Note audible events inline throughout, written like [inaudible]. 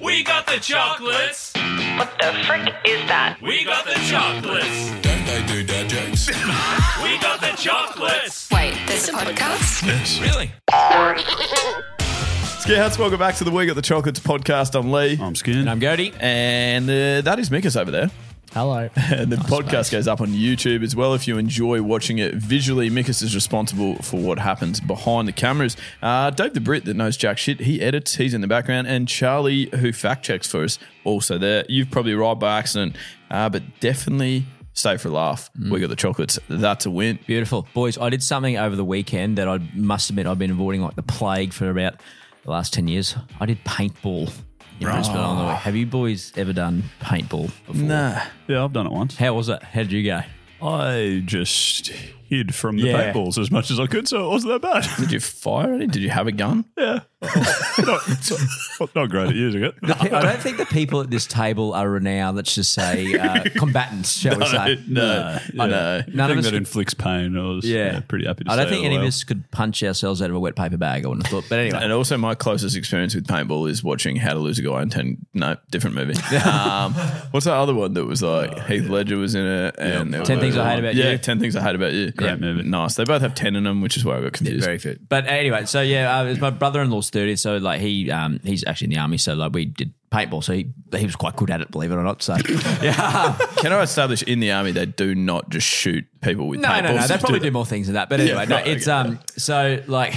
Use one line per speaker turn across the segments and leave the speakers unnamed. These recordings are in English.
We got the chocolates.
What the frick is that?
We got the chocolates.
Don't they do dad jokes?
We got the chocolates.
Wait, there's a podcast?
[laughs]
Really?
Scouts, welcome back to the We Got the Chocolates podcast. I'm Lee.
I'm scared.
I'm Goody.
And uh, that is Mikus over there.
Hello.
And the podcast goes up on YouTube as well. If you enjoy watching it visually, Mikus is responsible for what happens behind the cameras. Uh, Dave the Brit, that knows jack shit, he edits, he's in the background. And Charlie, who fact checks for us, also there. You've probably arrived by accident, uh, but definitely stay for a laugh. We got the chocolates. That's a win.
[laughs] Beautiful. Boys, I did something over the weekend that I must admit I've been avoiding like the plague for about the last 10 years. I did paintball in Brisbane on the way. Have you boys ever done paintball before?
Nah.
Yeah, I've done it once.
How was it? How did you go?
I just hid from the
Yeah.
paintballs as much as I could, so it wasn't that [laughs] bad.
Did you fire any? Did you have a gun?
not, not great at using
[laughs]
it.
I don't think the people at this table are renowned, let's just say, [laughs] uh, combatants, shall we say.
No.
Yeah.
No.
None of
Anything
us
that
could-
inflicts pain, I was
Yeah.
yeah. pretty
[laughs]
happy to
I don't
say
think
it
any of
aloud.
us could punch ourselves out of a wet paper bag, I wouldn't have thought. But [laughs] anyway.
And also, my closest experience with paintball is watching How to Lose a Guy in Ten. No,
[laughs]
different movie. Um, what's that other one that was like Heath Ledger was in it? And there
10
was-
Things I Hate About
yeah,
You.
Ten Things I Hate About You. Great
movie.
Nice. They both have ten in them, which is why I got confused.
Very fit. But anyway, so yeah, uh, it's my brother-in-law's thirty, so like he um he's actually in the army, so like we did paintball, so he he was quite good at it, believe it or not. So [laughs] yeah,
Can I establish in the army they do not just shoot people with
no,
paintballs?
no, no, they
Just
probably
it.
do more things than that. But anyway, no, [laughs]
right,
it's
okay.
um so like.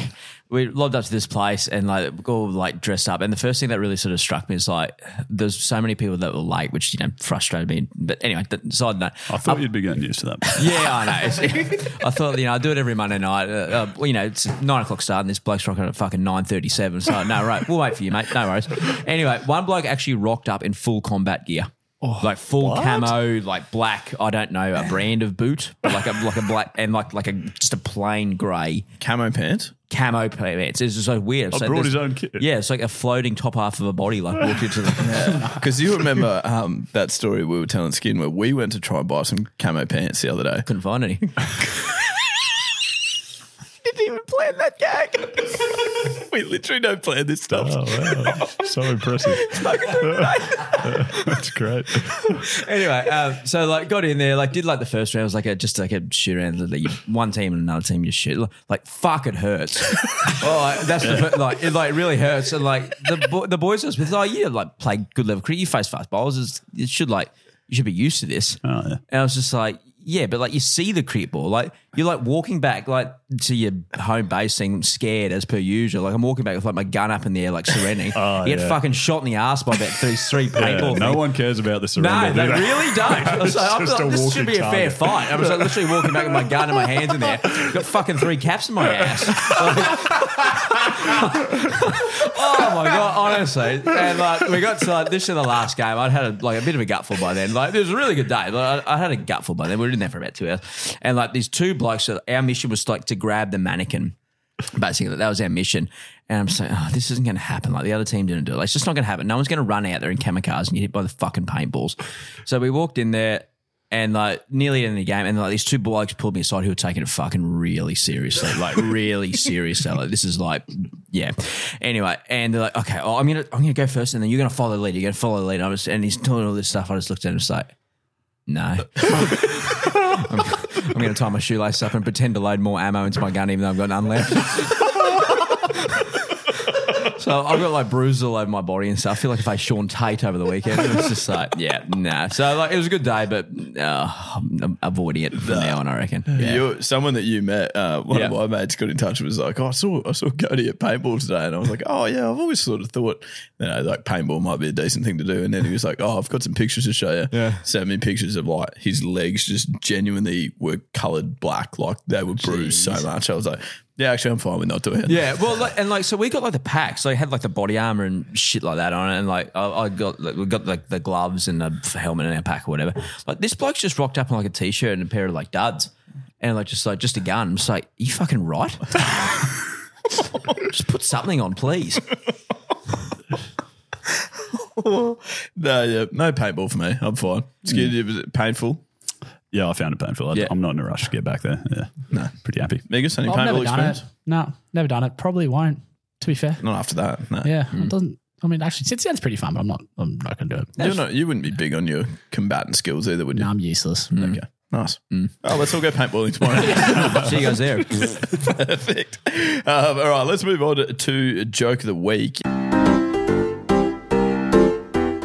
We lobbed up to this place and like we all like dressed up. And the first thing that really sort of struck me is like there's so many people that were late, which you know frustrated me. But anyway, th- side note.
I thought you'd be getting used to that.
Yeah, I know. It's- [laughs] I thought you know I do it every Monday night. Uh, uh, well, you know it's nine o'clock start and this bloke's rocking at fucking nine thirty-seven. So no, right, we'll wait for you, mate. No worries. Anyway, one bloke actually rocked up in full combat gear.
Oh,
like full camo, like black. I don't know a brand of boot, but like a like a black and like like a just a plain grey
[laughs] Camo pants.
camo pants. It's just so weird.
I
so
brought
there's-
his own kit.
Yeah, it's like a floating top half of a body.
[laughs]
Like walked into the
Because you remember um, that story we were telling Skin where we went to try and buy some camo pants the other day.
couldn't find
[laughs]
any.
Didn't even plan that gag. we literally don't plan this stuff.
Oh, wow. so impressive. That's great.
anyway, um, so like got in there, like did like the first round it was like a just like a shoot around that you one team and another team you shoot like, like fuck it
[laughs]
hurts. oh, like, that's the fir- like it like really hurts and like the bo- the boys I was with oh you like play good level cricket you face fast bowlers it's, it should like you should be used to this.
Oh, yeah.
And I was just like, yeah, but like you see the cricket ball, like you're like walking back like to your home base, thing scared as per usual. Like I'm walking back with like my gun up in the air, like surrendering.
[laughs] Oh,
you get
yeah.
fucking shot in the ass by that three three
Yeah,
paintball.
no
thing.
one cares about the
No,
surrender.
they
do they? [laughs]
really don't. I was
It's
like, I'm
just
like,
a
this
walking
should be a fair
target.
fight. I was like, literally walking back with my gun and my hands in there. Got fucking three caps in my ass. oh my god, honestly. And like, we got to like this is the last game. I'd had a, like a bit of a gutful by then. Like, it was a really good day. Like, I, I had a gutful by then. We were in there for about two hours, and like these two blokes. Our mission was like to grab the mannequin basically that was our mission. And I'm saying, oh, this isn't going to happen. Like the other team didn't do it. Like, it's just not going to happen. No one's going to run out there in kamikaze and get hit by the fucking paintballs. So we walked in there and like nearly in the game, and like these two blokes pulled me aside who were taking it fucking really seriously, like really seriously. Like this is like, yeah. Anyway, and they're like, okay, oh, I'm gonna I'm gonna go first, and then you're gonna follow the lead. You're gonna follow the lead. I was, and he's telling all this stuff. I just looked at him, and was like, no. [laughs] I'm, I'm going to tie my shoelace up and pretend to load more ammo into my gun, even though I've got none left. [laughs] so I've got like bruises all over my body and stuff. I feel like if I Sean Tate over the weekend, it's just like, yeah, nah. So like, it was a good day, but uh, I'm, I'm avoiding it from now on, I reckon. Yeah.
You, someone that you met, uh, one of
Yeah.
my mates got in touch and was like, oh, I saw I saw Cody at paintball today, and I was like, oh yeah, I've always sort of thought, you know, like paintball might be a decent thing to do. And then he was like, oh, I've got some pictures to show you. Yeah, sent me pictures of like his legs just genuinely were coloured black, like they were bruised so much. I was like, yeah, actually, I'm fine with not doing it.
Yeah, well, like, and like so we got like the packs. Like had like the body armor and shit like that on it, and like I, I got like, we got like the gloves and the helmet in our pack or whatever. Like this bloke's just rocked up in like a t-shirt and a pair of like duds, and like just like just a gun. I'm just like, you fucking right? [laughs] just put something on, please.
[laughs] no, yeah, no paintball for me. I'm fine. Scared
Mm.
it was painful.
[laughs] Yeah, I found it painful. I,
Yeah.
I'm not in a rush to get back there. Yeah, no, pretty happy.
Vegas, any
I've
paintball
never done
experience?
it. No, never done it. Probably won't. To be fair,
Not after that. No.
yeah, it doesn't. I mean, actually, it sounds pretty fun, but I'm not. I'm not gonna do it.
You're not, you wouldn't be big on your combatant skills either, would you?
No, I'm useless.
Okay. Nice. Oh, let's all go paintballing [laughs] tomorrow.
Oh, See you guys there.
Perfect. Um, all right, let's move on to, to joke of the week.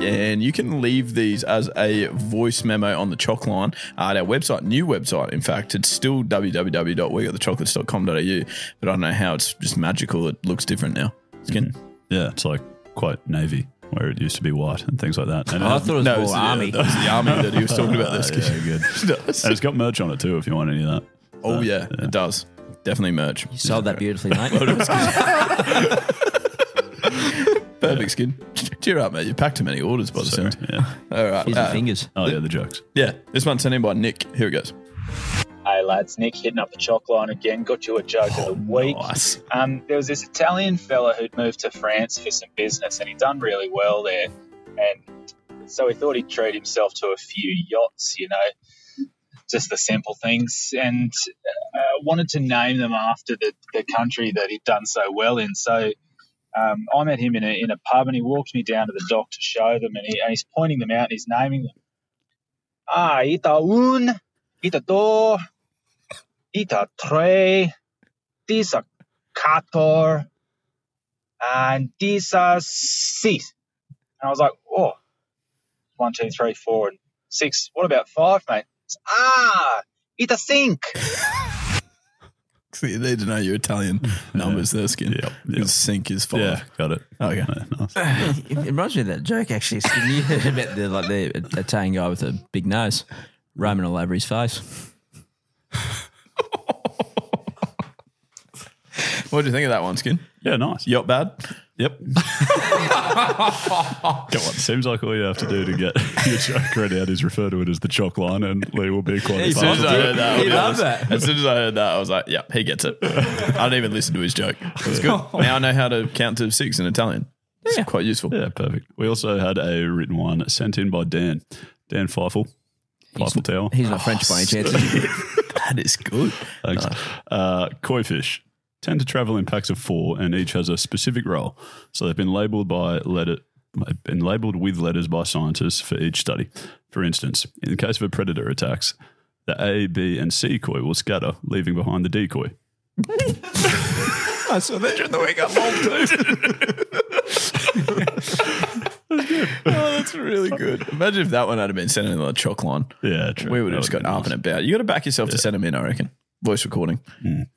And you can leave these as a voice memo on the chalk line uh, at our website, new website. In fact, it's still www.wegotthechocolates.com.au, but I don't know how it's just magical. It looks different [laughs] now. It's getting,
Yeah, it's like quite navy where it used to be white and things like
Oh,
that. And,
I
it-
thought it was
No,
more
it's the-
army.
that was the army that he was talking about.
Uh,
This
[laughs] yeah, good. and it's got merch on it too. If you want any of that, Uh,
Oh yeah, it does. Definitely merch.
You sold that beautifully,
[laughs]
mate.
Perfect skin. [laughs] Cheer up, mate. You packed too many orders by the
So,
sound.
yeah.
All right.
Here's your
uh,
fingers.
Oh yeah, the
[laughs]
jokes.
Yeah, this one's sent in by Nick. Here it goes.
Hey lads, Nick hitting up the chalk line again. Got you a joke of the week.
[laughs] Nice.
Um, there was this Italian fella who'd moved to France for some business, and he'd done really well there. And so he thought he'd treat himself to a few yachts, you know, just the simple things. And uh, wanted to name them after the, the country that he'd done so well in. So um, I met him in a, in a pub, and he walked me down to the dock to show them, and, he, and he's pointing them out and he's naming them. Ah, ita un, ita do, ita tre, these are Qatar, and these are six. And I was like, oh, one, two, three, four, and six. What about five, mate? It's,
[laughs]
ah, it's a sink.
They need to know your Italian numbers, their skin.
Yep, yep.
Because Sink is five.
Yeah, got it.
Oh, Okay.
Yeah, nice.
It reminds me of that joke actually. Sydney. [laughs] You heard about the like the Italian guy with a big nose roaming all over his face.
What do you think of that one, Skin?
Yeah, nice.
Yacht bad?
Yep. [laughs] Come on. Seems like all you have to do to get [laughs] your joke read out is refer to it as the chalk line, and Lee will be quite.
As soon as I
excited.
heard that, I'll
He
be
loved
honest.
that.
As soon as I heard that, I was like, yep, he gets it. I didn't even listen to his joke. It's good. Now I know how to count to six in Italian. It's quite useful.
Yeah, perfect. We also had a written one sent in by Dan, Dan Feifel, Feifel Tower.
He's not French by any chance.
That is good.
Thanks. Uh, koi fish tend to travel in packs of four, and each has a specific role. So they've been labelled by letter. Been labelled with letters by scientists for each study. For instance, in the case of a predator attacks, the A, B, and C koi will scatter, leaving behind the decoy.
[laughs] I saw that during the week. I'm old too. oh, [laughs] that's really good. Imagine if that one had been sent in the chalk line.
Yeah, true.
We would have
That
just gotten
been
up
nice.
and about. You got to back yourself to send them in, I reckon. Voice recording.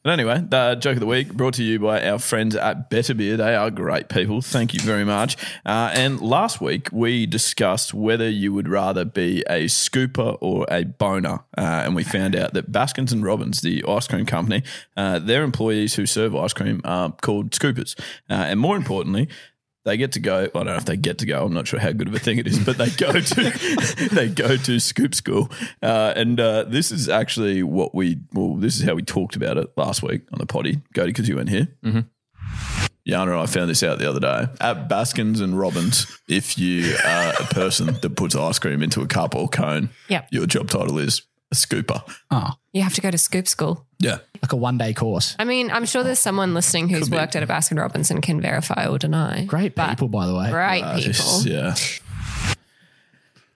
But anyway, the joke of the week brought to you by our friends at Better Beer. They are great people. Thank you very much. Uh, and last week we discussed whether you would rather be a scooper or a boner, uh, and we found out that Baskins and Robbins, the ice cream company, uh, their employees who serve ice cream are called scoopers, uh, and more importantly they get to go. I don't know if they get to go. I'm not sure how good of a thing it is, but they go to [laughs] they go to Scoop School, uh, and uh, this is actually what we well, this is how we talked about it last week on the potty, Cody, because you weren't here. Mm-hmm. Yana and I found this out the other day at Baskins and Robbins. If you are a person that puts ice cream into a cup or cone,
Yep.
your job title is a scooper.
You have to go to scoop school.
Yeah,
Like a one day course.
I mean, I'm sure there's someone listening who's worked at a Baskin Robbins and can verify or deny.
Ah.
Great
But
people, by the way.
Great
That is-
people.
yeah.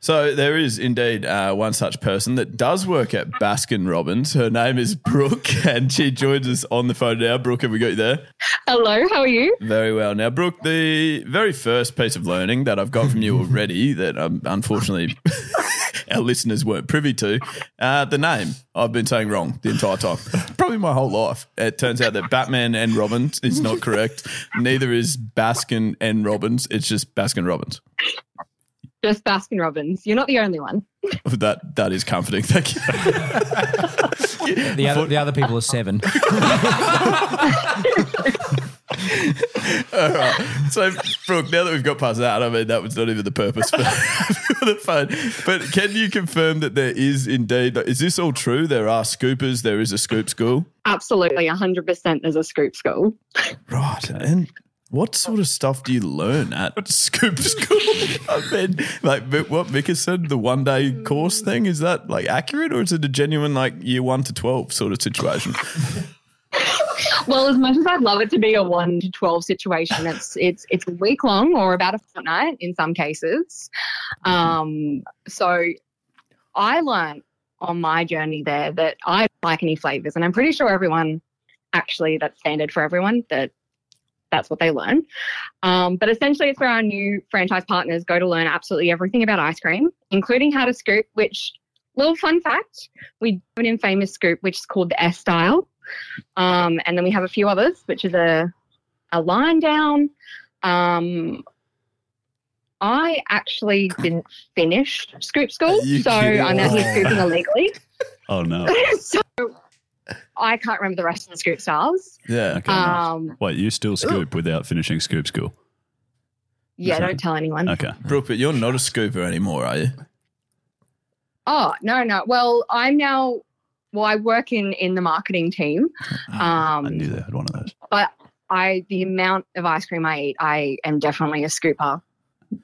So there is indeed uh, one such person that does work at Baskin Robbins. Her name is Brooke, [laughs] and she joins us on the phone now. Brooke, have we got you there?
Hello, how are you?
Very well. Now, Brooke, the very first piece of learning that I've got from you already that um, unfortunately [laughs] our listeners weren't privy to, uh, the name I've been saying wrong the entire time, probably my whole life. It turns out that Batman and Robin is not correct. Neither is Baskin and Robbins. It's just Baskin Robbins.
Just Baskin Robbins. You're not the only one.
That that is comforting. Thank you.
The other, the other people are seven.
All right. [laughs] So, Brooke, now that we've got past that, I mean, that was not even the purpose for, [laughs] for the phone. But can you confirm that there is indeed, is this all true? There are scoopers, there is a scoop school.
Absolutely, 100% there's a scoop school.
Right. And what sort of stuff do you learn at [laughs] scoop school? I mean, like but what Mika said, the one day course thing, is that like accurate or is it a genuine like year one to 12 sort of situation?
Well, as much as I'd love it to be a one to twelve situation, it's it's it's a week long or about a fortnight in some cases. Um, so I learned on my journey there that I don't like any flavors, and I'm pretty sure everyone actually that's standard for everyone that that's what they learn. Um, but essentially, it's where our new franchise partners go to learn absolutely everything about ice cream, including how to scoop. Which little fun fact: we do an infamous scoop which is called the S style. Um, and then we have a few others, which is a, a line down. Um, I actually didn't finish scoop school,
Are you
so
kidding?
I'm out here scooping illegally. [laughs]
Oh, no.
so I can't remember the rest of the scoop styles.
[laughs] Yeah.
Okay.
Um,
Wait, you still scoop without finishing scoop school.
yeah, don't tell anyone.
Okay.
Brooke, but you're not a scooper anymore, are you?
Oh no, no. Well, I'm now. Well, I work in in the marketing team.
Ah, I
Um,
knew they had one of those.
but I the amount of ice cream I eat, I am definitely a scooper.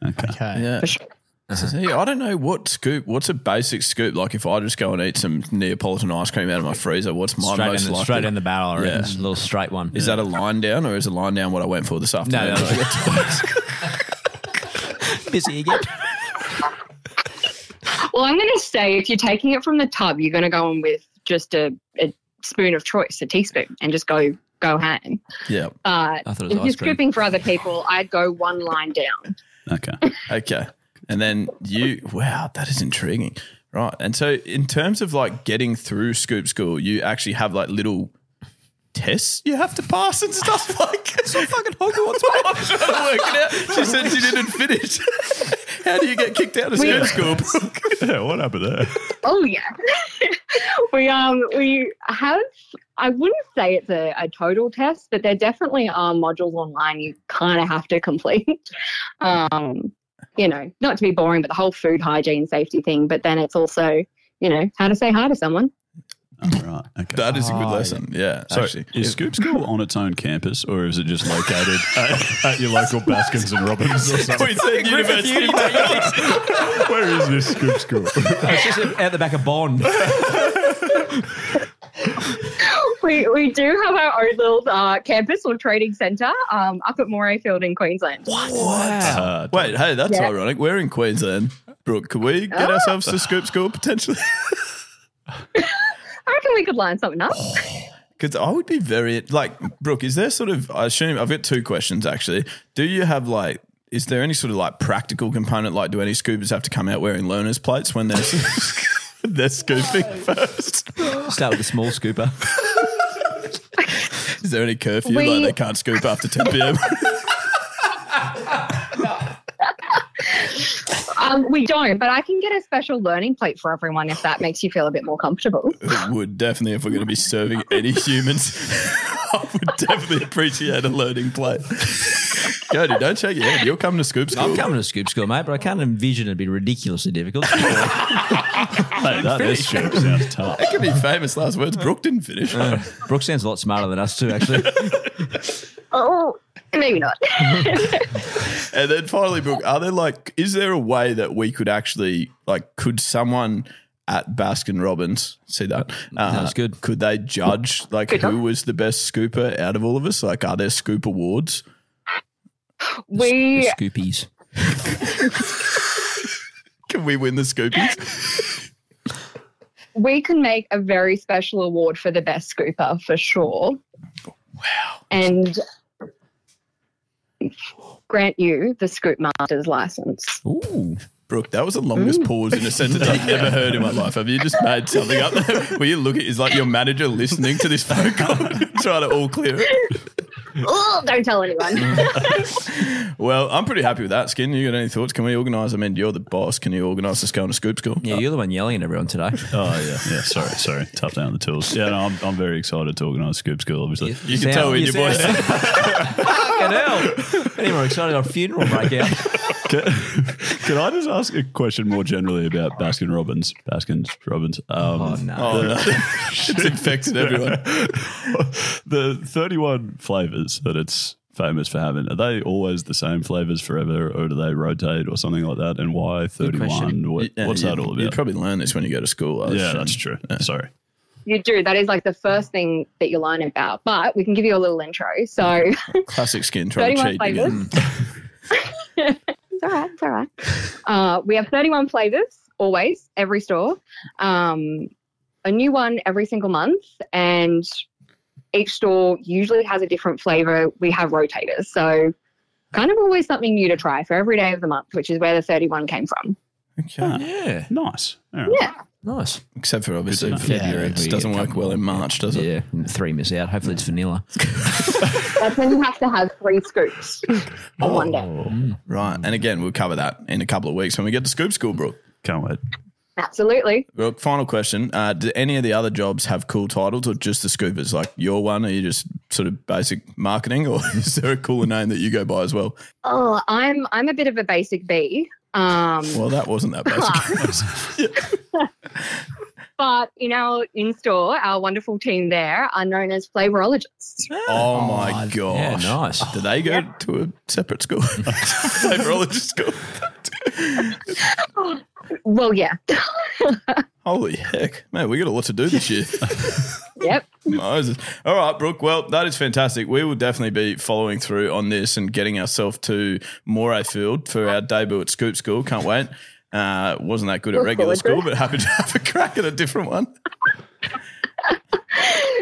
Okay.
Okay.
Yeah.
For sure.
So, yeah, I don't know what scoop. What's a basic scoop? Like if I just go and eat some Neapolitan ice cream out of my freezer, what's my
straight,
most
in the,
likely?
straight in the barrel, I reckon.
Yeah.
Just a little straight one.
Is that a line down or is a line down what I went for this afternoon?
no,
[laughs]
[laughs] busy again?
Well, I'm going to say if you're taking it from the tub, you're going to go in with just a, a spoon of choice, a teaspoon, and just go go ham.
yeah.
But
I thought it
if
was
you're
ice cream.
scooping for other people, I'd go one line down.
Okay.
Okay. And then you, wow, that is intriguing. Right. And so, in terms of like getting through scoop school, you actually have like little tests you have to pass and stuff. [laughs] Like, it's not fucking Hogwarts. I'm trying to work it out. She said she didn't finish. [laughs] How do you get kicked out of scoop school,
[laughs]
[laughs] Brooke?
yeah, what happened there?
Oh yeah, [laughs] we um we have. I wouldn't say it's a, a total test, but there definitely are modules online you kind of have to complete. [laughs] Um, you know, not to be boring, but the whole food hygiene safety thing. But then it's also, you know, how to say hi to someone. [laughs]
All right. Okay.
That is a good lesson. Yeah.
So
actually.
is Scoop School on its own campus, or is it just located [laughs] at, at your local Baskins and Robbins or something?
said
University.
[laughs] Where is this Scoop School?
[laughs]
[laughs]
it's just out the back of Bond.
we, we do have our own little uh, campus or trading centre um, up at Morayfield in Queensland.
Uh,
Wait, hey, that's
Yeah.
ironic. We're in Queensland. Brooke, could we get
Ah.
ourselves to scoop school potentially?
I reckon we could line something up.
Because I would be very like Brooke. Is there sort of? I assume I've got two questions actually. Do you have like? Is there any sort of like practical component? Like, do any scoopers have to come out wearing learners plates when they're [laughs] they're scooping first?
Start with a small scooper.
Is there any curfew?
We-
like they can't scoop after ten pm.
Um, we don't, but I can get a special learning plate for everyone if that makes you feel a bit more comfortable.
it would definitely, if we're going to be serving any humans, [laughs] I would definitely appreciate a learning plate. [laughs] Cody, don't shake your head. You're coming to scoop school.
I'm coming to Scoop School, mate, but I can't envision it'd be ridiculously difficult. [laughs]
hey, that is Scoop. Sounds tough.
That could be famous last words. Brooke didn't finish.
Uh, Brooke sounds a lot smarter than us too, actually.
Oh, maybe [laughs] not.
And then finally, Brooke, are there like, is there a way that we could actually, like, could someone at Baskin Robbins see that? Uh,
That's good.
Could they judge like who was the best scooper out of all of us? Like, are there scoop awards?
we
Scoopies.
Can Can we win the Scoopies?
we can make a very special award for the best scooper for sure. Wow. And grant you the scoop master's license.
Ooh. Brooke, that was the longest pause in a sentence I've ever heard in my life. Have you just made something up? [laughs] Will you look at is like your manager listening to this phone call, [laughs] trying to all clear it?
oh, don't tell
[laughs]
anyone.
Well, I'm pretty happy with that, Skin. You got any thoughts? Can we organise? I mean, you're the boss. Can you organise us going to Scoop School?
Yeah, you're the one yelling at everyone today.
Oh yeah, yeah. Sorry, sorry. Tough down the tools. Yeah, no, I'm, I'm very excited to organise Scoop School. Obviously,
[laughs] You can tell in your voice.
[laughs] Fucking hell. Any more excited on funeral breakout?
[laughs] Can, can I just ask a question more generally about Baskin Robbins? Baskin Robbins. Um,
Oh, no.
[laughs] Oh, no. [laughs] it's infected everyone.
[laughs] the 31 flavors that it's famous for having are they always the same flavors forever or do they rotate or something like that and why 31 what,
Yeah,
what's that
you-
all
You
about
probably learn this when you go to school. I
yeah
assume.
that's true sorry
you do. That is like the first thing that you learn about. But we can give you a little intro. So
Classic Skin trying to
31
cheat. again.
flavors. it's all right. It's all right. [laughs] Uh, we have 31 flavors always, every store. Um, a new one every single month. And each store usually has a different flavor. We have rotators. So kind of always something new to try for every day of the month, which is where the 31 came from.
Ah,
Yeah.
nice All right.
Yeah.
Nice.
Except for obviously
Yeah,
February.
we
it
get
doesn't
a
work
couple.
well in March, does it?
Yeah. Three miss out. Hopefully it's vanilla.
That's when you have to have three scoops on one day.
Right. And again, we'll cover that in a couple of weeks when we get to Scoop School, Brooke.
can't
[laughs]
wait
Absolutely.
Brooke, final question. Uh, do any of the other jobs have cool titles or just the scoopers? Like your one, are you just sort of basic marketing or [laughs] is there a cooler name that you go by as well?
Oh, I'm I'm a bit of a basic bee. Um,
Well, that wasn't
[laughs]
that basic.
but in our in store, our wonderful team there are known as flavorologists.
oh my gosh.
Yeah, nice.
Do they go to a separate school? [laughs] Flavorologist school.
Well, yeah. [laughs]
Holy heck. Man, we got a lot to do this year. [laughs]
yep. [laughs]
Moses. All right, Brooke. Well, that is fantastic. We will definitely be following through on this and getting ourselves to Moray Field for our debut at Scoop School. Can't wait. Uh, wasn't that good at
Look
regular
forward to
school,
it.
but happy to have a crack at a different one.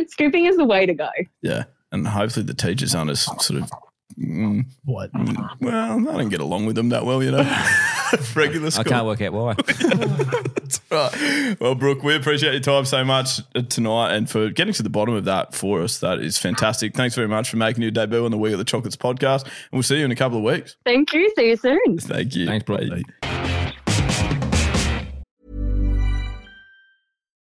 Scooping is the way to go.
Yeah. And hopefully the teachers aren't as sort of, mm,
What?
well, I don't get along with them that well, you know. [laughs] regular
I
school.
can't work out why.
[laughs] Right. Well, Brooke, we appreciate your time so much uh, tonight and for getting to the bottom of that for us. That is fantastic. Thanks very much for making your debut on the We of the Chocolates podcast. And we'll see you in a couple of weeks.
Thank you. See you soon.
Thank you.
Thanks, Brooke.
Bye.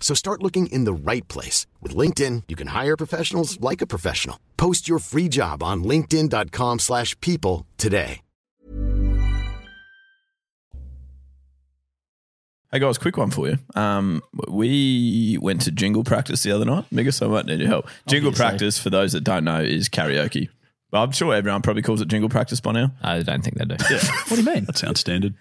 So start looking in the right place. With LinkedIn, you can hire professionals like a professional. Post your free job on linkedin.com/people slash people today.
Hey guys, quick one for you. Um, we went to jingle practice the other night. Migus, I might need your help. Jingle
Obviously.
practice, for those that don't know, is karaoke. I'm sure everyone probably calls it jingle practice by now.
I don't think they do. [laughs]
What do you mean?
that sounds standard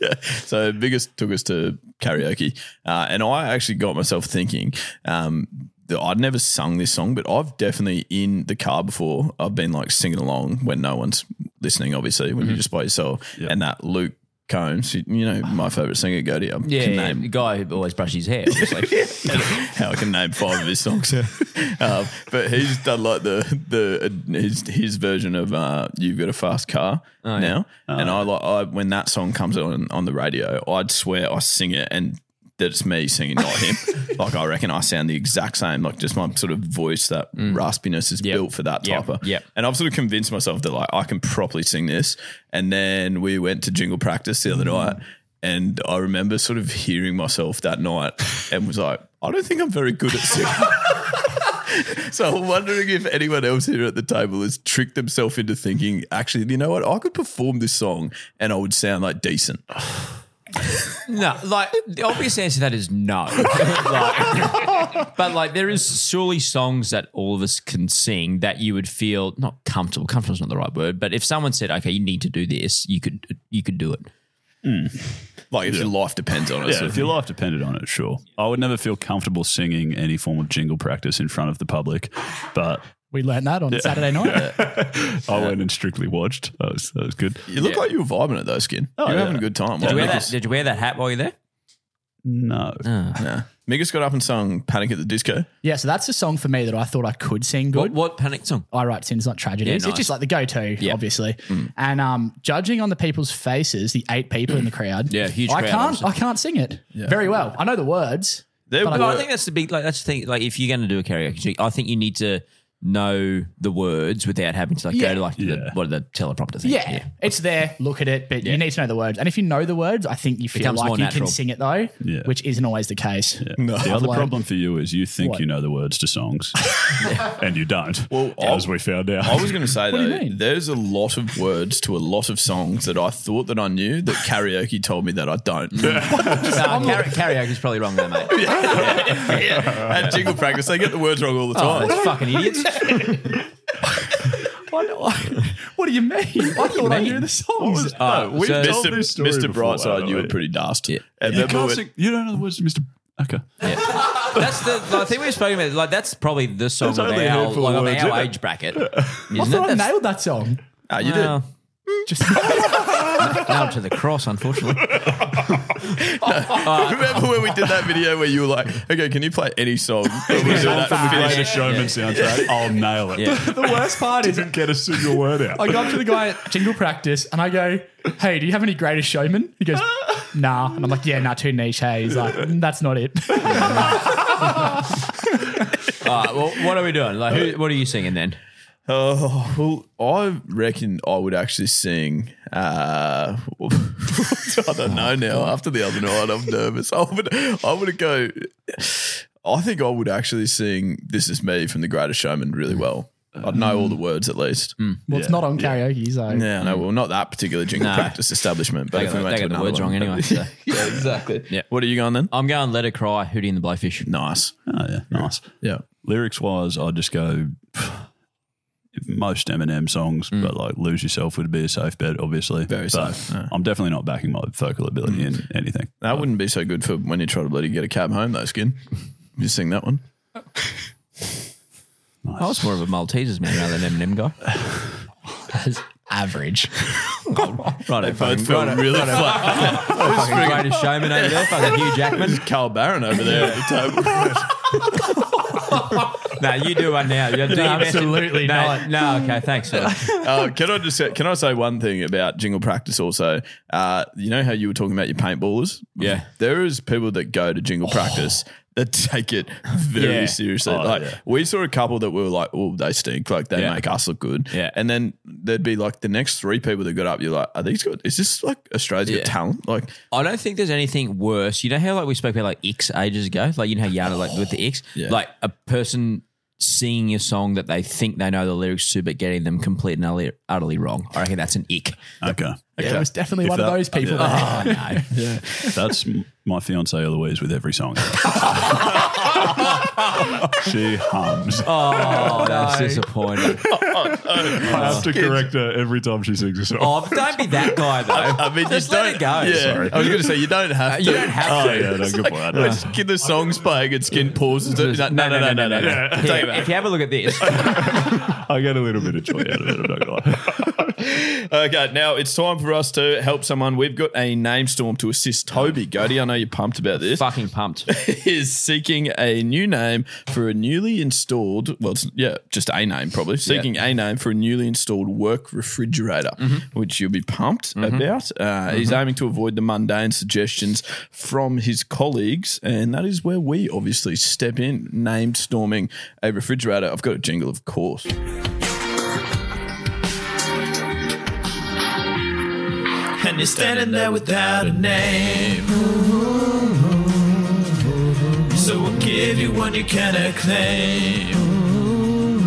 yeah. [laughs] So Biggest took us to karaoke, uh, and I actually got myself thinking. Um, that I'd never sung this song, but I've definitely in the car before. I've been like singing along when no one's listening, obviously,
Mm-hmm.
when you're just by yourself.
Yeah.
And that Luke Combs, you you know, my favorite singer, Goody. I
Yeah,
can
yeah,
name
the guy who always brushes his hair. Obviously. [laughs]
how I can name five of his songs. [laughs] um, but he's done like the the his his version of uh, "You've Got a Fast Car"
yeah.
now, and I like I, when that song comes on on the radio, I'd swear I sing it and. that it's me singing, not him. like I reckon I sound the exact same. Like just my sort of voice, that raspiness is built for that type of.
Yep.
And I've sort of convinced myself that like I can properly sing this. And then we went to jingle practice the other
Mm.
night, and I remember sort of hearing myself that night, and was like, I don't think I'm very good at singing. [laughs] So I'm wondering if anyone else here at the table has tricked themselves into thinking, actually, you know what? I could perform this song and I would sound like decent.
No, like the obvious answer to that is no. [laughs] Like, but like there is surely songs that all of us can sing that you would feel not comfortable. Comfortable is not the right word, but if someone said, "Okay, you need to do this," you could you could do it.
Like if your life depends on it.
Yeah,
sort of
if your life depended on it, sure. I would never feel comfortable singing any form of jingle practice in front of the public, but
We learned that on
Yeah.
Saturday night.
I went and strictly watched. That was, that was good.
You look like you were vibing at though, Skin.
Oh,
you were
yeah.
having a good time.
Did you,
Well,
wear that, Oh,
Mickles-
did you wear that hat while you're there?
No.
Nah. Migas got up and sung Panic at the Disco.
Yeah, so that's a song for me that I thought I could sing good.
What, what panic song?
I write sins, not tragedies.
Yeah,
It's
nice. Mm.
just like the go-to, obviously. And um, judging on the people's faces, the eight people in the crowd,
Yeah, huge
I
crowd,
can't,
obviously.
I can't sing it very well. I know the words.
But
were-
I think that's the big. Like that's the thing. Like if you're going to do a karaoke, gig, I think you need to know the words without having to like
Yeah.
go to like the, what are the teleprompter thing.
Yeah, it's there. Look at it, but you need to know the words. And if you know the words, I think you feel
Becomes
like
more
you can
natural.
sing it though,
Yeah.
which isn't always the case.
No. The other
Like-
problem for you is you think
What?
you know the words
[laughs]
to songs and you don't,
Well,
as
I-
we found out. [laughs]
I was going to say
What do you
though,
mean?
there's a lot of words to a lot of songs that I thought that I knew that karaoke told me that I don't.
[laughs]
no, kara- karaoke's probably wrong
[laughs]
there, mate.
At jingle practice, they get the words wrong all the
Oh,
time.
that's fucking
[laughs]
idiots.
What do you mean? I thought I knew the songs.
Uh,
no, we've
so-
told
Mr.
this story
Mr.
before,
Brightside,
haven't
you
we?
were pretty dast.
Yeah.
At
You,
that
can't
moment,
sing, you don't know the words to Mr. Okay.
That's the like, I think we've spoken about. Like that's probably the song
There's
of our,
only a
like,
handful of
of
words,
our
isn't it?
age bracket.
[laughs] I
Isn't
thought I
it? That's-
nailed that song.
Ah, you did.
well,
[laughs] Just
nailed to the cross, unfortunately.
Remember when we did that video where you were like, "Okay, can you play any song?" And we do that finish.
Greatest Showman soundtrack. I'll nail it.
the worst part is
Didn't get a single word out.
I go up to the guy at jingle practice and I go, "Hey, do you have any greatest showman?" He goes, "Nah," and I'm like, "Yeah, nah, too niche." Hey, he's like, "Mm, "That's not it."
All right, well, what are we doing? Like, who, what are you singing then?
Oh, well, I reckon I would actually sing. Uh, [laughs] I don't know
Oh,
now. After the other night, I'm nervous. I would, I would go. I think I would actually sing "This Is Me" from The Greatest Showman really
Mm.
well. I'd know all the words at least.
Well, it's not on karaoke, so
Yeah, no, well, not that particular jingle
No.
practice establishment, but
They
if
got,
we
the-
went
they
to
got the
another
words
one,
wrong anyway.
[laughs]
So.
[laughs] yeah, exactly.
Yeah.
What are you going then?
I'm going. Let it cry. Hootie and the Blowfish.
Nice.
Oh, yeah. Nice.
Yeah.
lyrics wise, I'd just go pff, most Eminem songs,
Mm.
but like Lose Yourself would be a safe bet, obviously.
Very
But
safe, yeah.
I'm definitely not backing my vocal ability in anything.
That wouldn't be so good for when you try to bloody get a cab home, though, Skin. You sing that one.
I was more of a Maltesers man rather than
[laughs]
Eminem guy.
that's average.
Right,
They both felt really flat.
fucking greatest showman over there. Fucking Hugh Jackman.
[laughs] Carl Barron over there at the table.
No, you do one now. You do your best.
absolutely
no,
not.
No, okay, thanks. sir.
Uh, can I just say, can I say one thing about jingle practice? Also, uh, you know how you were talking about your paintballers.
Yeah. Oh.
there is people that go to jingle practice [laughs] that take it very
Yeah.
seriously.
Oh,
like
yeah.
we saw a couple that we were like, "Oh, they stink! Like they
Yeah.
make us look good."
Yeah.
and then there'd be like the next three people that got up. You're like, "Are these good? Is this like Australia's
Yeah.
got talent?" Like,
I don't think there's anything worse. You know how like we spoke about like X ages ago, like you know how Yana like with the X,
Yeah.
like a person singing a song that they think they know the lyrics to, but getting them complete and utterly, utterly wrong. I reckon that's an ick.
Okay.
I was definitely one
that-
of those people.
Ah.
Oh no,
[laughs] That's m- my fiance Eloise with every [laughs] song. she hums.
oh that's disappointing.
I have to correct her every time she sings a song.
Oh, don't be that guy though.
I mean,
just
you
let
don't,
it go.
Yeah,
Sorry.
I was going to say you don't have to.
Uh, You don't have
[laughs] Oh,
to.
yeah, no, good point. [laughs] I know.
When Skin the song's playing and skin pauses. it. He's like, No, no, no, no, no. no.
Here,
Take
if
it back.
you have a look at this,
[laughs] I get a little bit of joy out of it. I'm not gonna lie.
[laughs] Okay, now it's time for us to help someone. We've got a name storm to assist Toby. Goaty, I know you're pumped about this.
Fucking pumped.
[laughs] is seeking a new name for a newly installed, well, it's, yeah, just a name probably. Seeking a name for a newly installed work refrigerator, which you'll be pumped about. Uh, He's aiming to avoid the mundane suggestions from his colleagues, and that is where we obviously step in, name storming a refrigerator. I've got a jingle, of course.
And you're standing there without a name. So we'll give you one you cannot claim.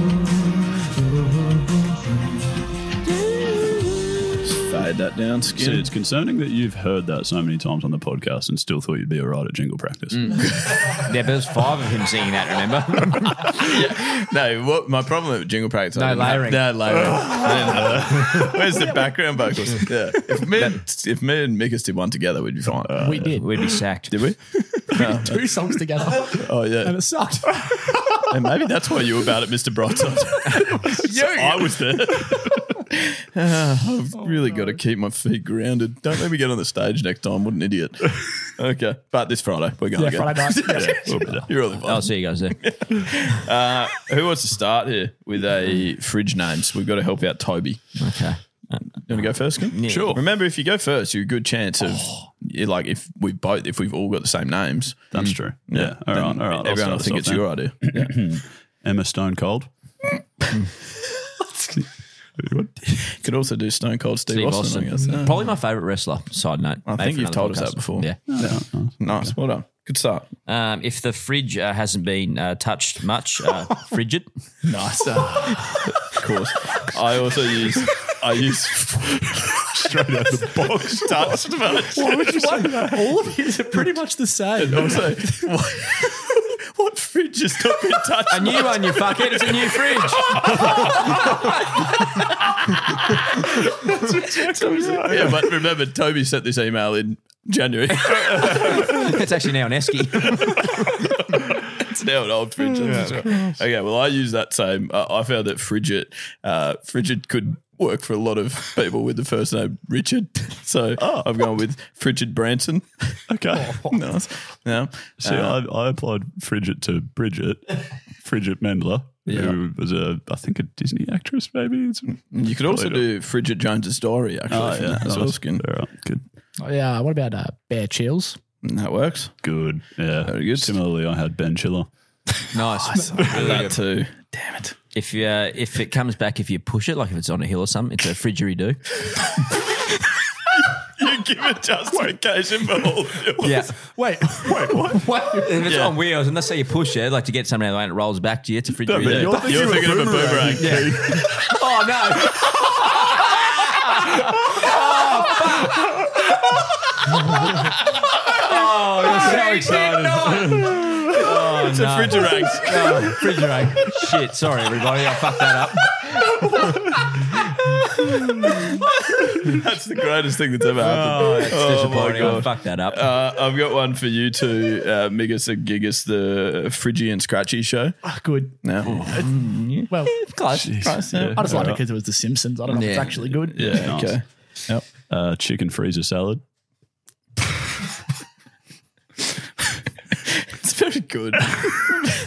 Fade that down,
See, it's concerning that you've heard that so many times on the podcast and still thought you'd be all right at jingle practice.
yeah, but there's five of him singing that, remember?
[laughs] No, what my problem with jingle practice?
No
I didn't
layering.
have- No
[laughs]
layering. I didn't have that. [laughs] Where's the background vocals? Yeah. If me, and, if me and Mikus did one together, we'd be fine.
Uh,
We did.
We'd be sacked.
Did we?
Two songs together.
Oh
And
yeah.
it sucked.
[laughs] And maybe that's why you were about it,
[laughs]
Mr. [laughs] Brightside. So I was there. [laughs] Ah, I've
Oh,
really got to keep my feet grounded. Don't let me get on the stage next time. What an idiot.
[laughs]
Okay, but this Friday we're going
Yeah,
again.
Friday night.
[laughs] yeah, we'll be there. You're all the fun.
I'll Oh, see you guys there.
Uh, who wants to start here with a fridge names? We've got to help out Toby.
Okay.
You want to go first? Kim?
Sure.
Remember, if you go first, you're a good chance of
Oh.
yeah, like if we both if we've all got the same names.
That's
Mm.
true. Yeah. All
then
right. All right. I'll
Everyone
start
will
us
think
off
it's
then.
your idea. Yeah.
Emma Stone Cold. [laughs] What?
You could also do Stone Cold Steve,
Steve
Austin.
Austin.
I guess. Yeah.
Probably my favorite wrestler. Side note.
I
Made
think
for
you've
another
told us
podcast.
that before.
Yeah.
Nice. Well done. Good start.
Um, if the fridge uh, hasn't been uh, touched much,
[laughs]
uh, frigid.
Nice. of course. I also use. I use straight out the box.
[laughs]
Touched much.
All of these are pretty much the
[laughs]
same.
Also, what, what fridge has not been
[laughs]
touched?
A new one, you fuckhead. It's a new
[laughs]
fridge.
yeah, but remember, Toby sent this email in January.
[laughs] it's actually now an esky.
[laughs] it's now an old fridge. okay, well, I use that same. Uh, I found that Frigid, uh, Frigid could work for a lot of people with the first name Richard. [laughs] So
Oh.
I've gone with Frigid Branson.
Okay.
[laughs] nice. Now,
See,
Uh,
I, I applied Frigid to Bridget, Frigid Mendler, who was a, I think, a Disney actress, maybe. It's,
you could also do Frigid Jones's Diary, actually.
Oh,
from
yeah.
that as well.
Nice. All right. Good.
Yeah. What about uh, Bear Chills?
That works.
Good. Yeah.
Very good.
Similarly, I had Ben Chiller.
nice.
that too. Damn it.
If you, uh, if it comes back, if you push it, like if it's on a hill or something, it's a friggery do.
You [laughs] give it justification for all of [laughs] it.
Yeah.
Wait. Wait.
[laughs]
What?
If it's
Yeah.
on wheels, and that's how you push it, like to get something out of the way and it rolls back to you, it's a friggery
You're,
do.
thinking, of a boomerang.
Oh, no. Oh, so excited. [laughs]
It's a friggerang.
Oh, refrigerate. Shit, sorry everybody, I fucked that up.
That's the greatest thing that's ever happened.
Oh, that's
my
disappointing. I
God.
fucked that up.
Uh, I've got one for you two, uh, Migus and Gigas, the Phrygian Scratchy show.
Ah, good.
No.
Well,
Close.
I just liked it because it was The Simpsons. I don't know if it's
Yeah.
actually good.
Yeah,
Nice.
okay.
Uh, chicken freezer salad.
It's very good.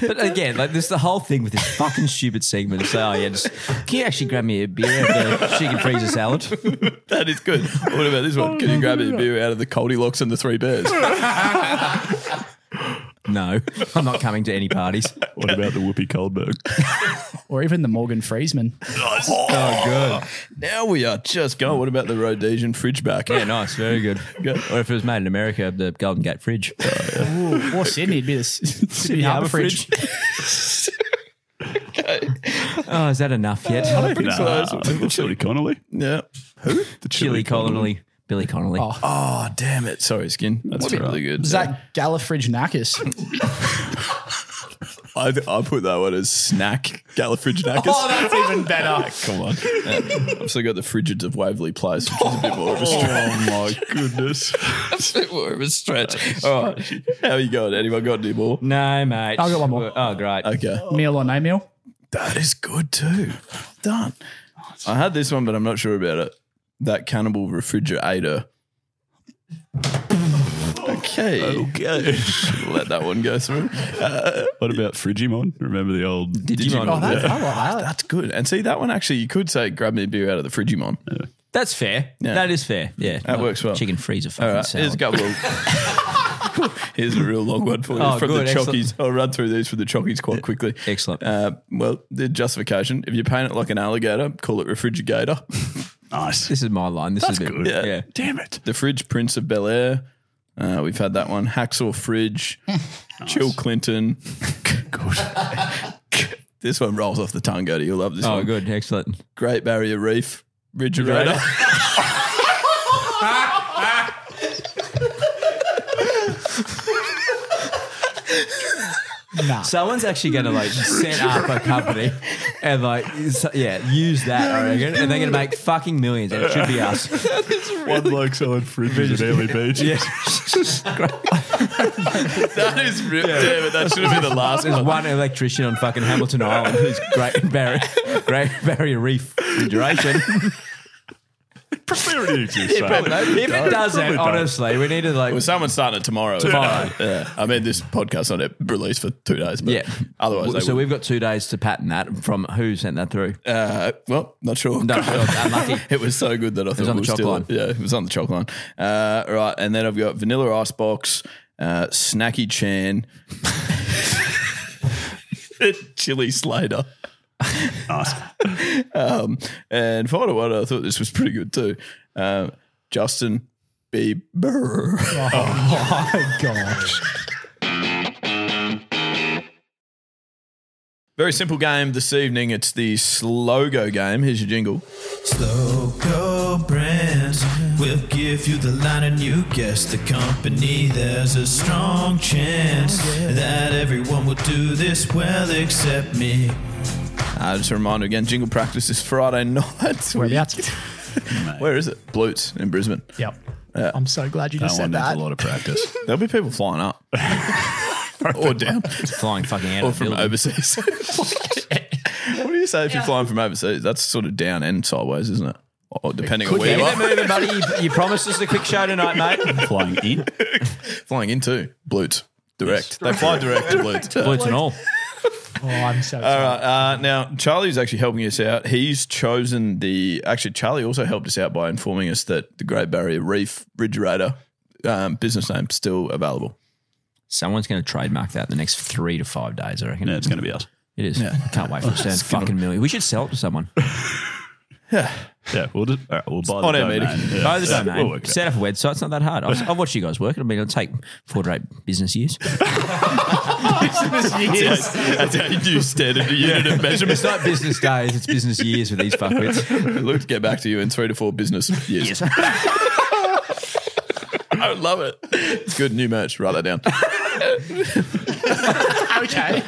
But again, like this, the whole thing with this fucking stupid segment. So oh, yeah, just can you actually grab me a beer and a chicken freezer salad?
[laughs] that is good. What about this one? Can you grab me a beer out of the Coldy Locks and the Three Bears?
[laughs] No, I'm not coming to any parties.
What about the Whoopi
[laughs]
Goldberg?
Or even the Morgan Freesman.
Oh, God. Now we are just going. What about the Rhodesian fridge back?
Yeah, nice, very good. Or if it was made in America, the Golden Gate
[laughs]
fridge.
Ooh, or Sydney. It'd be the S- Sydney Harbour Fridge.
Oh, is that enough
[laughs]
yet?
Nah, the Chili Connolly.
Yeah.
The
Chili Connolly, Billy Connolly.
Oh.
Oh, damn it. Sorry, Skin. That's
What-
really good.
Zach Gallifridge Nackis.
[laughs] I, I put that one as snack. Gallifridge Knackers.
Oh, that's even better.
Come on. Yeah. I've still got the Frigids of Waverly Place, which is a bit more of a stretch. Oh, my goodness. That's [laughs] a bit more of a stretch. All right. How are you going? Anyone got any more?
No, mate.
I've got one more.
Oh, great.
Okay.
Meal or no meal?
That is good too. Done. I had this one, but I'm not sure about it. That cannibal refrigerator. Okay. Okay. Let that one go through. Uh,
What about Frigimon? Remember the old
Digimon.
Digimon? Yeah.
Oh, That's good. And see, that one actually, you could say, grab me a beer out of the Frigimon.
That's fair. That is fair. Yeah.
That works well.
Chicken freezer fucking
All right.
salad.
Here's a couple of- [laughs] Here's a real long one for you
Oh,
from
good,
the
excellent.
Chockies. I'll run through these for the Chockies quite quickly.
Excellent.
Uh, well, the justification if you paint it like an alligator, call it refrigerator.
nice.
This is my line. This
That's
is a bit-
good.
Yeah.
Yeah.
Damn it.
The Fridge Prince of Bel Air. Uh, we've had that one. Hacksaw Fridge. Chill Clinton. [laughs]
[laughs]
this one rolls off the tongue, Goaty. You'll love this
Oh,
one.
good. Excellent.
Great Barrier Reef. Refrigerator.
Someone's actually going to like set up a company and like, s- yeah, use that, I reckon. And they're going to make fucking millions. And it should be us.
[laughs]
One bloke selling fridges at Early [laughs] Beach.
Yeah.
[laughs] that is real. Damn it. That should have been the last
There's
one.
one electrician on fucking Hamilton Island who's great barrier, great barrier reef refrigeration.
Probably already exists. mate.
if it doesn't,
Probably don't.
honestly, we need to like.
Well, someone's starting it tomorrow.
Tomorrow.
Yeah. I mean, this podcast's not released for two days, but
Yeah.
yeah. otherwise, they
so
would.
we've got two days to patent that from who sent that through.
Uh, well, not sure.
No,
[laughs]
unlucky.
it was so good that I thought
on
we
the chalk
were still.
line.
Yeah, it was on the chalk line. Uh, right, and then I've got vanilla icebox, uh, snacky chan, [laughs] chili slater. um, and final one, I thought this was pretty good too. Um, Justin Bieber.
Oh, my gosh.
Very simple game this evening. It's the Slogo game. Here's your jingle.
Sloco Brands will give you the line and you guess the company. There's a strong chance that everyone will do this well except me.
Uh, just a reminder again, jingle practice is Friday [laughs] night.
We're about to.
[laughs] Where is it? Blutes in Brisbane.
Yep. I'm so glad you
That
just
one
said
needs
that.
a lot of practice.
[laughs] There'll be people flying up or down
Flying fucking out
or
of the
from
building.
[laughs] overseas. what do you say if you're flying from overseas? That's sort of down and sideways, isn't it? Or depending on
Could
where
be.
you
Keep
are.
it moving, buddy. You, you promised us a quick show tonight, mate.
Flying in.
flying into Blutes. Direct. They fly direct to Blutes.
Blutes and all.
Oh, I'm so
All
sorry.
right. Uh, now, Charlie's actually helping us out. He's chosen the. Actually, Charlie also helped us out by informing us that the Great Barrier Reef Refrigerator um, business name still available.
Someone's going to trademark that in the next three to five days, I reckon.
Yeah, it's going to be us.
It is. Can't wait for
[laughs]
it to turn fucking million. We should sell it to someone.
Yeah, we'll just all right, we'll buy
on
the
our
domain.
meeting. [laughs]
Yeah.
Buy the
Yeah,
domain.
we'll work it out.
Set up a website. It's not that hard. I've, I've watched you guys work. it. I mean, it'll take four to eight business
[laughs]
years.
That's that's our new standard unit of measurement.
It's not business days. It's business years with these fuckwits.
[laughs]
Luke, get back to you in three to four business years. [laughs] I love it. It's good new merch. Write that
[laughs]
down.
okay.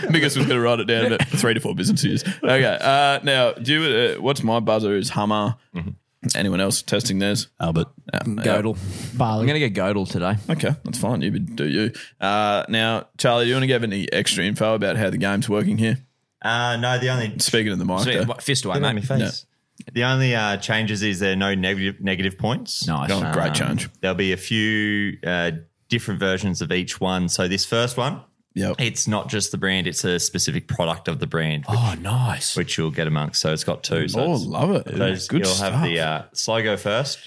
Migus was going to write it down but three to four business years. Okay. Uh, now, do you, uh, what's my buzzer is Hummer.
Mm-hmm.
Anyone else testing theirs?
Um,
Albert.
Godel. I'm
Barley.
going to get Godel today.
Okay, that's fine. You do you. Uh, now, Charlie, do you want to give any extra info about how the game's working here?
Uh, no, the only
Speaking of the mic,
So,
there.
what, fist away,
Get out of my
mate.
face. The only uh, changes is there are no negative negative points. Um,
Nice.
Oh, great change.
There'll be a few uh, different versions of each one. So this first one,
Yep.
it's not just the brand; it's a specific product of the brand, which,
Oh, nice.
which you'll get amongst. So it's got two. So
Oh,
it's-
love it.
those,
Good
you'll
stuff.
have the uh, logo first,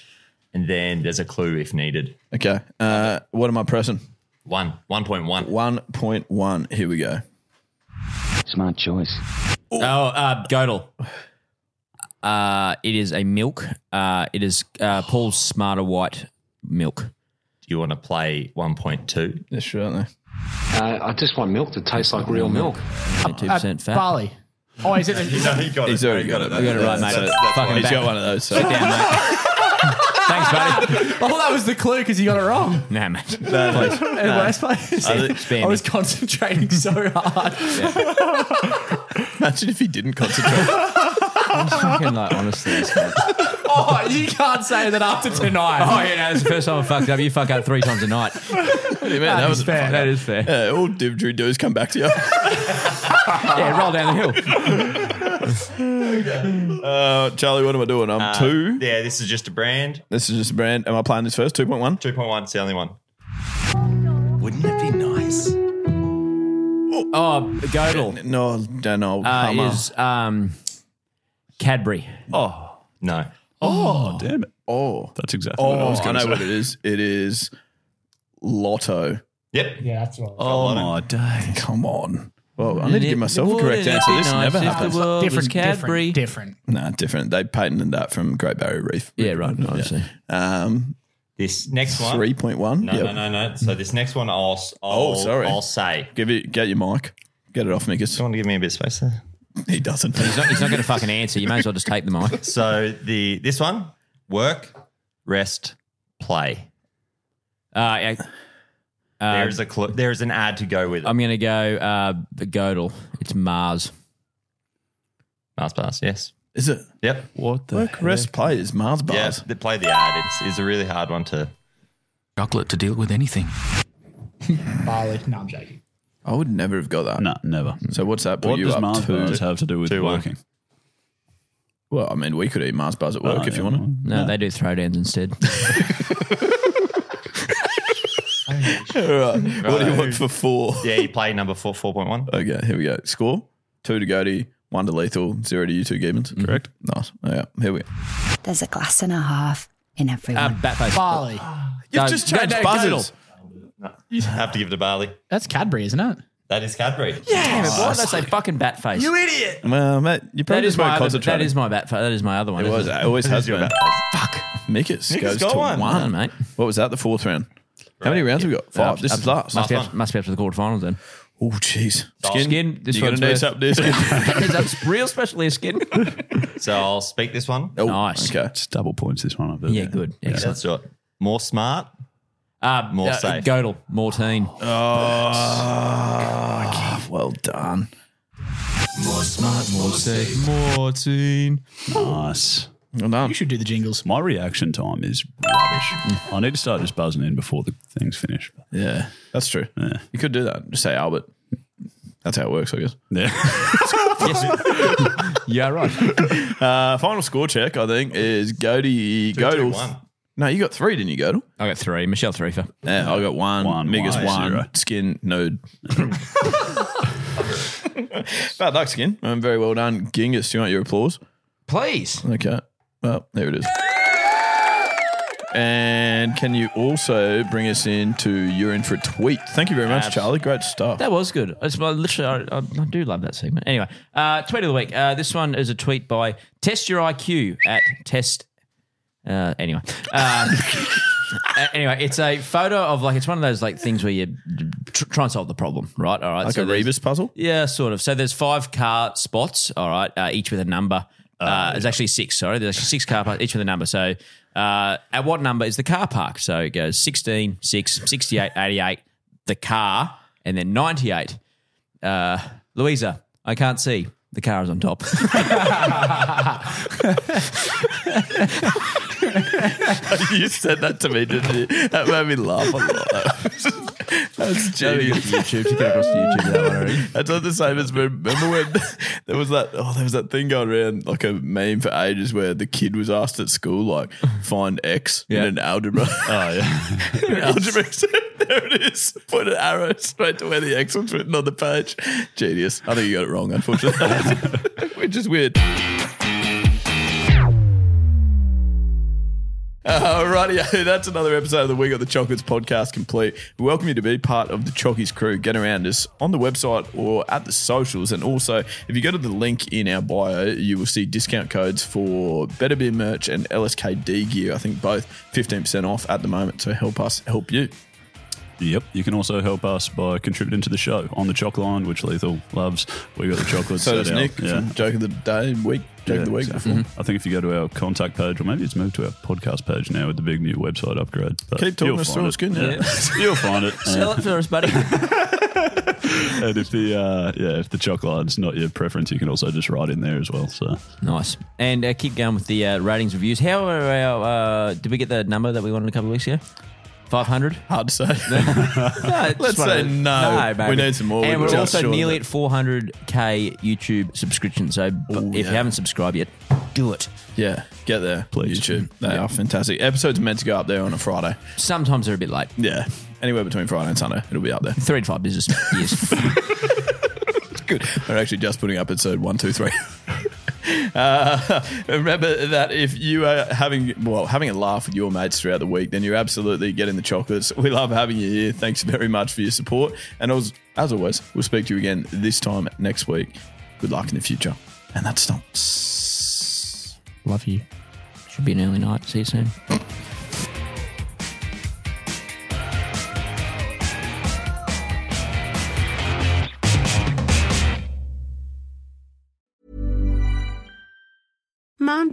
and then there's a clue if needed.
okay. Uh, what am I pressing?
One, one point one.
1.1. Here we go.
Smart choice.
Oh, uh, Godel. Uh, it is a milk. Uh, it is uh, Paul's Smarter White milk.
Do you want to play one point two?
Yes, sure, aren't they?
Uh, I just want milk that tastes like
Um,
real milk.
22% fat.
Barley. Oh, is it?
No, you got
He's already got it.
We got it right, mate. Fucking
He's
back.
got one of those. So.
Damn, mate. Thanks, buddy.
Oh, that was the clue because you got it wrong. [laughs]
Nah, mate.
In worst place.
I think-
I was concentrating so hard.
Imagine if he didn't
[laughs]
concentrate.
fucking like, honestly. it's not-
[laughs] Oh, you can't say that after tonight.
Oh, yeah, no, it's the first time I fucked up. You fuck up three times a
[laughs]
night.
What do you mean? That, was
is fair.
That
That is fair. [laughs]
all Div Drew do is come back to you.
Yeah, roll down the hill.
[laughs] Uh, Charlie, what am I doing? I'm
Uh,
two.
Yeah, this is just a brand.
This is just a brand. Am I playing this first? 2.1?
2.1, it's the only one.
Wouldn't it be nice? Oh, Godel.
No, no, no. Hummer.
Uh, is um, Cadbury.
Oh, no.
Oh, damn it.
Oh.
That's exactly what I
Oh,
was
I,
going to
know
say.
what it is. It is Lotto.
Yep.
Yeah, that's what.
Oh, my day. Come on. Well, I need to give myself a
Wouldn't
correct
it
answer.
be
This
nice
never
if the
happens.
world was Cadbury?
different, different.
Nah, different. They patented that from Great Barrier Reef.
Yeah, right. Obviously.
Um,
This next one.
three point one.
No, no, no, no. So this next one, I'll, s- I'll,
Oh, sorry.
I'll say.
Give it. Get your mic. Get it off, Mikus.
You want to give me a bit of space there?
He doesn't.
He's not, he's not going to fucking answer. You may as well just take the
[laughs]
mic. Uh,
So the this one, work, rest, play.
Uh, uh,
there is a cl- there is an ad to go with it.
I'm going to go uh, the Godel. It's Mars.
Mars bars, yes.
Is it?
Yep.
What the Work, rest, play is Mars
Yeah,
bars.
they play the ad. It's, it's a really hard one to.
Chocolate to deal with anything.
Barley. No, I'm joking.
I would never have got that.
No, never.
So what's that? put
What
you
does
up
Mars
to?
bars have to do with working?
Well, I mean, we could eat Mars bars at work
Oh,
if you
yeah.
want to.
No, they do throwdowns
[laughs]
instead.
[laughs]
All right. What do you want for four?
Yeah, you play number four, [laughs] 4.1.
Okay, here we go. Score two to Goaty, one to Lethal, zero to you two, Gibbons.
Mm-hmm.
Correct. Nice. Yeah, here we go.
There's a glass and a half in
Uh,
everyone.
Batface.
Barley.
You've
No,
just
no,
changed
no,
buzzers.
I have to give it to Barley.
That's Cadbury, isn't it?
That is Cadbury.
Damn it, why did I say fucking Batface?
You idiot.
Well, mate, you probably
That is
just
my
won't
other,
concentrate.
that is my bat. That is my other one.
It was.
isn't
It always has
your
been. Fuck. Mikus
Mikus
goes
got
to
one.
one.
Well done, mate.
What was that? The fourth round. How many rounds have we got? Five.
Up-
this
up-
is last.
uh, Must be,
Last
up, must be up to the quarterfinals then.
Oh, jeez.
Skin. this
you got to
one's
do
worth- [laughs]
something, dude. [laughs]
Is that real specially a skin?
So I'll speak this one.
Oh,
nice.
Okay.
It's double points this one. I believe.
Yeah, good. Excellent.
That's right. More smart.
Uh,
More
uh,
safe.
Godel, Mortine.
Oh, well done.
Mortine.
Nice.
Well done.
You should do the jingles.
My reaction time is rubbish. I need to start just buzzing in before the things finish.
Yeah, that's true.
Yeah.
You could do that. Just say Albert. That's how it works, I guess.
Yeah. [laughs]
Yeah, right. [laughs]
Uh, final score check, I think, is Goaty.
Two, two,
Godel.
one.
No, you got three, didn't you, Godel?
I got three. Michelle Threefer.
Yeah, I got one.
One,
Migas
one,
[laughs]
one.
zero.
Skin nude. [laughs] Bad luck, skin. Um, very well done, Genghis. Do you want your applause?
Please.
Okay. Well, there it is. And can you also bring us into You're In for a Tweet? Thank you very much, Charlie. Great stuff.
That was good. It's my literally. I, I, I do love that segment. Anyway, uh, tweet of the week. Uh, this one is a tweet by Test Your IQ at Test. Uh, [laughs] anyway, um, uh, anyway, it's a photo of like it's one of those like things where you tr- try and solve the problem, right? All right,
like
so
a
there's-
Rebus puzzle?
Yeah, sort of. So there's five car spots, all right, uh, each with a number. Uh, There's actually six, sorry. There's actually six car parks, each with a number. So uh, at what number is the car park? So it goes 16, 6, 68, 88, the car, and then 98. Uh, Louisa, I can't see. The car is on top.
[laughs] you said that to me, didn't you? That made me laugh a lot. [laughs] That's genius.
YouTube, you across to YouTube that one
That's not the same as when- remember when [laughs] there was that oh there was that thing going around like a meme for ages where the kid was asked at school like find X
Yeah.
in an algebra. [laughs] Oh [laughs] yeah, algebra. there it is. Put an arrow straight to where the X was written on the page. Genius. I think you got it wrong, unfortunately, [laughs] which is weird. Alrighty, Uh, [laughs] that's another episode of the We Got the Chocolates podcast complete. We welcome you to be part of the Chockies crew. Get around us on the website or at the socials. And also, if you go to the link in our bio, you will see discount codes for Better Beer merch and LSKD gear. I think both 15% off at the moment. So help us help you.
Yep. You can also help us by contributing to the show on the Choc Line, which Lethal loves. We got the chocolates.
So
set
does
out.
Nick.
Yeah.
Joke of the day, week, joke of the week.
Exactly. mm-hmm. I think if you go to our contact page, or maybe it's moved to our podcast page now with the big new website upgrade. But
Keep talking
you'll
us
find
through,
it.
it's
[laughs]
good,
you'll find it.
Sell
Uh,
it for us, buddy.
and if the uh, yeah, if the choc line's not your preference, you can also just write in there as well. So
nice. And uh, keep going with the uh, ratings reviews. How are our, uh, did we get the number that we wanted a couple of weeks ago? Five hundred?
Hard to say.
[laughs] no,
Let's say no. We need some more.
And
We're
we're
just
also
short of
nearly
it.
at four hundred k YouTube subscription. So b- if you haven't subscribed yet, do it.
Yeah, get there, please. YouTube, they are fantastic. Episodes are meant to go up there on a Friday.
Sometimes they're a bit late.
Yeah, anywhere between Friday and Sunday, it'll be up there.
Three to five business
[laughs]
years.
Good. We're actually just putting up episode one, two, three. [laughs] Uh, remember that if you are having well having a laugh with your mates throughout the week, then you're absolutely getting the chocolates. We love having you here. Thanks very much for your support, and as as always, we'll speak to you again this time next week. Good luck in the future, and that's Stomps.
Love you. Should be an early night. See you soon.
Mom